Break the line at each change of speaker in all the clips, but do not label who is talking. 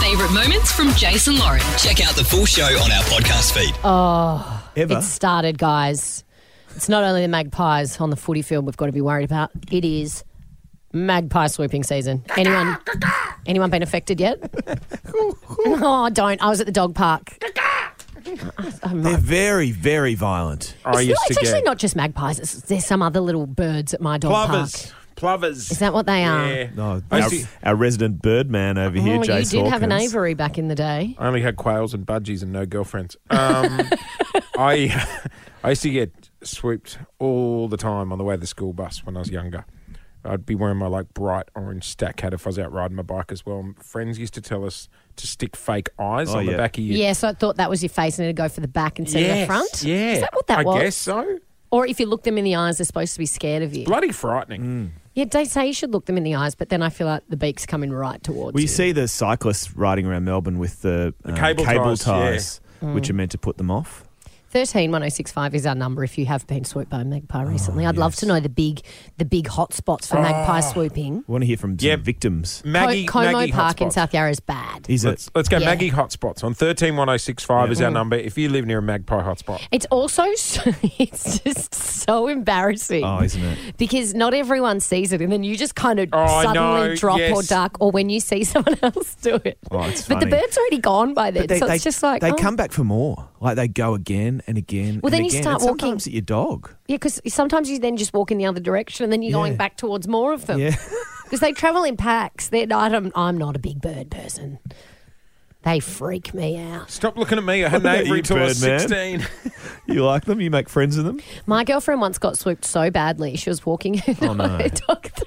Favourite moments from Jason Lauren. Oh.
Check out the full show on our podcast feed.
Ever?
It started, guys. It's not only the magpies on the footy field we've got to be worried about. It is magpie swooping season. Anyone, anyone been affected yet? oh, don't. I was at the dog park.
They're very, very violent.
I
it's
used
not- it's
to
actually
get
not just magpies. It's, there's some other little birds at my dog
plovers.
park.
Plovers.
Is that what they are?
Yeah.
No,
I,
Oh, our,
used to-
our resident birdman over here,
Oh, you
Jace
did have an
Hawkins.
aviary back in the day.
I only had quails and budgies and no girlfriends. Um, I I used to get swooped all the time on the way to the school bus when I was younger. I'd be wearing my like bright orange stack hat if I was out riding my bike as well. And friends used to tell us to stick fake eyes
Oh,
on
yeah.
the back of your
Yeah, so I thought that was your face, and it'd go for the back instead of the
Yes,
front.
Yeah,
is that what that
I
was?
guess so.
Or if you look them in the eyes, they're supposed to be scared of you.
Bloody frightening.
Yeah, they say you should look them in the eyes, but then I feel like the beak's coming right towards
We
you.
see the cyclists riding around Melbourne with the, um,
cable
cable
ties, yeah.
ties, which are meant to put them off.
131065 is our number if you have been swooped by a magpie
Oh,
recently. I'd love to know the big the big hot spots for magpie
Oh.
swooping.
We want to hear from some
Yeah.
victims.
Maggie,
Co- Como
Maggie
Park in
hotspots.
South Yarra is bad.
Is it?
Let's, let's go
Yeah.
Maggie hotspots on 131065 is our number if you live near a magpie hotspot.
It's also so, it's just so embarrassing.
Oh, isn't it?
Because not everyone sees it, and then you just kind of
Oh, I
suddenly
know,
drop or
yes.
duck, or when you see someone else do it.
Oh, it's
but the
funny.
bird's already gone by then, so it's just like
they
oh.
come back for more. Like they go again and again.
Well,
and
then you
again.
start
and
walking-
Sometimes at your dog.
Yeah, because sometimes you then just walk in the other direction, and then you're going
Yeah.
back towards more of them.
Yeah.
because they travel in packs. They're not, I'm, I'm not a big bird person. They freak me out.
Stop looking at me. I had an
Look at
aviary
you,
till I was
Birdman.
16.
you like them? You make friends with them?
My girlfriend once got swooped so badly. She was walking her,
Oh, no.
her dog through.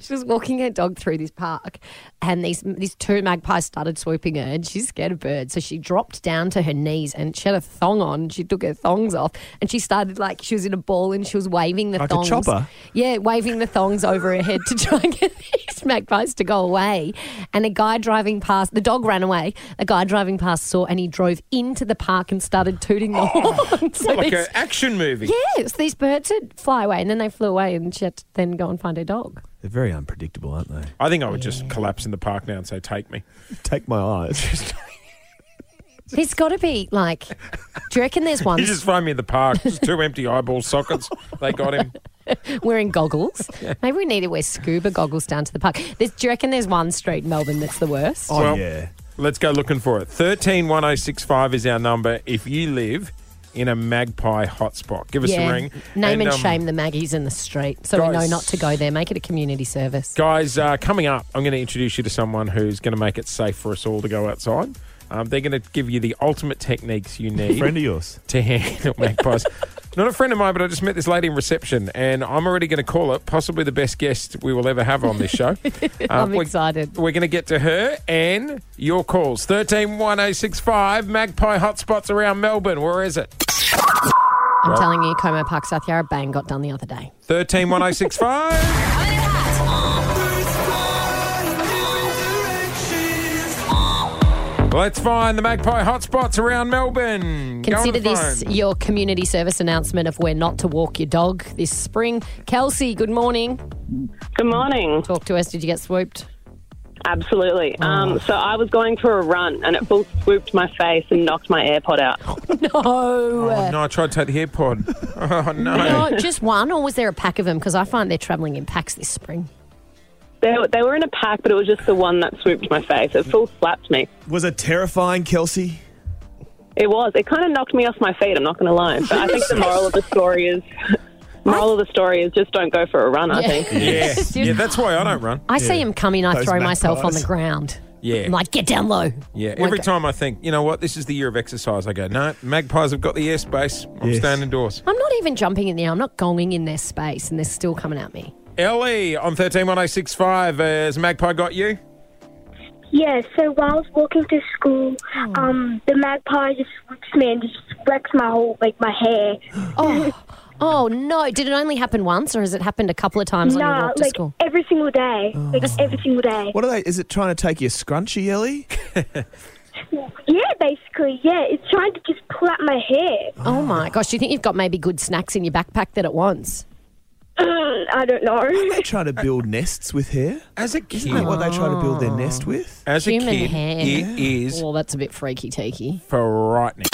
She was walking her dog through this park, and these these two magpies started swooping her, and she's scared of birds, so she dropped down to her knees, and she had a thong on. She took her thongs off, and she started like she was in a ball, and she was waving the
Like a
thongs.
chopper?
Yeah, waving the thongs over her head to try and get these magpies to go away. And a guy driving past, the dog ran away. A guy driving past saw, and he drove into the park and started tooting
Oh,
the horn. So
like
these-
an action movie.
Yes, these birds would fly away and then they flew away and she had to then go and find her dog.
They're very unpredictable, aren't they?
I think I would just collapse in the park now and say, "Take me."
Take my eyes.
There's got to be like, do you reckon there's one
You just find me in the park. Just two empty eyeball sockets. They got him.
wearing goggles? Maybe we need to wear scuba goggles down to the park. There's, do you reckon there's one street in Melbourne that's the worst?
oh,
Well-
yeah.
Let's go looking for it. Thirteen one zero six five is our number. If you live in a magpie hotspot, give us
yeah.
a ring.
Name and,
um,
shame the Maggies in the street so we know
guys-
not to go there. Make it a community service.
Guys, uh, coming up, I'm going to introduce you to someone who's going to make it safe for us all to go outside. Um, they're going to give you the ultimate techniques you need
Friend of yours.
to handle magpies. Not a friend of mine, but I just met this lady in reception, and I'm already going to call it possibly the best guest we will ever have on this show. Uh,
I'm
we're-
excited.
We're going to get to her and your calls. 131065, magpie hotspots around Melbourne. Where is it?
I'm telling you, Como Park, South Yarra, bang, got done the other day.
131065.
Own it hat.
Let's find the magpie hotspots around Melbourne. Go on
Consider
the
this
phone.
your community service announcement of where not to walk your dog this spring. Kelsey, good morning.
Good morning.
Talk to us. Did you get swooped?
Absolutely. Um, so I was going for a run and it full swooped my face and knocked my AirPod out.
No.
Oh, no, I tried to take the AirPod. Oh, no.
No, just one, or was there a pack of them? Because I find they're travelling in packs this spring.
They, were- they were in a pack, but it was just the one that swooped my face. It full slapped me.
Was it terrifying, Kelsey?
It was. It kind of knocked me off my feet. I'm not going to lie. But I think the moral of the story is. Moral of the story is just don't go for a run. I think.
Yeah.
Yeah.
yeah, that's why I don't run.
I see him coming, I
Those
throw myself on
magpies.
the ground.
Yeah.
I'm like, get down low.
Yeah,
My
every
go-
time I think, you know what, this is the year of exercise, I go, no, magpies have got the airspace. I'm
Yes.
staying indoors.
I'm not even jumping in there. I'm not gonging in their space, and they're still coming at me.
Ellie on 131065, has magpie got you?
Yeah, so while I was walking to school,
Hmm.
um, the magpie just whipped me and just wrecked my whole, like, my hair.
Oh, oh no! Did it only happen once, or has it happened a couple of times on your
no,
walk to
like,
school? Oh.
every single day. Like, every single day.
What are they? Is it trying to take your scrunchie, Ellie?
Yeah, basically, yeah. It's trying to just pull out my hair.
Oh my gosh! Do you think you've got maybe good snacks in your backpack that it wants?
Mm, I don't know.
They try to build nests with hair.
As a kid,
Isn't that what they try to build their nest with?
as a
Human
kid,
hair.
it is
Well, Oh, that's a bit freaky teaky.
frightening.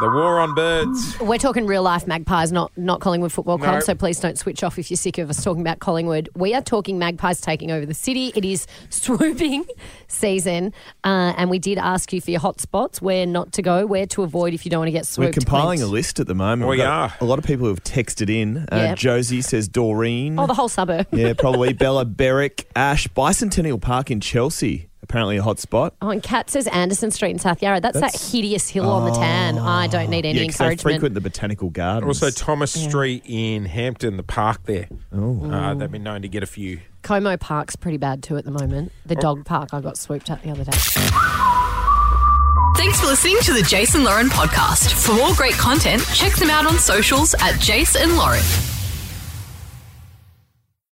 The war on birds.
We're talking real life magpies, not not Collingwood Football Club.
No.
So please don't switch off if you're sick of us talking about Collingwood. We are talking magpies taking over the city. It is swooping season, uh, and we did ask you for your hot spots, where not to go, where to avoid if you don't want to get swooped.
We're compiling
Clint.
a list at the moment.
We
We've got
are.
A lot of people who have texted in. Uh,
Yeah.
Josie says Doreen.
Oh, the whole suburb.
yeah, probably Bella Berwick, Ash, Bicentennial Park in Chelsea. Apparently a hot spot.
Oh, and Kat says Anderson Street in South Yarra. That's, that
That's- Ah.
hideous hill on the tan. I don't need any
yeah, 'cause they
encouragement.
frequent the botanical gardens.
Also, Thomas Street in Hampton, the park there. Oh. Uh, they've been known to get a few.
Como Park's pretty bad too at the moment.
Oh.
The dog park I got swooped at the other day.
Thanks for listening to the Jason Lauren podcast. For more great content, check them out on socials at Jason Lauren.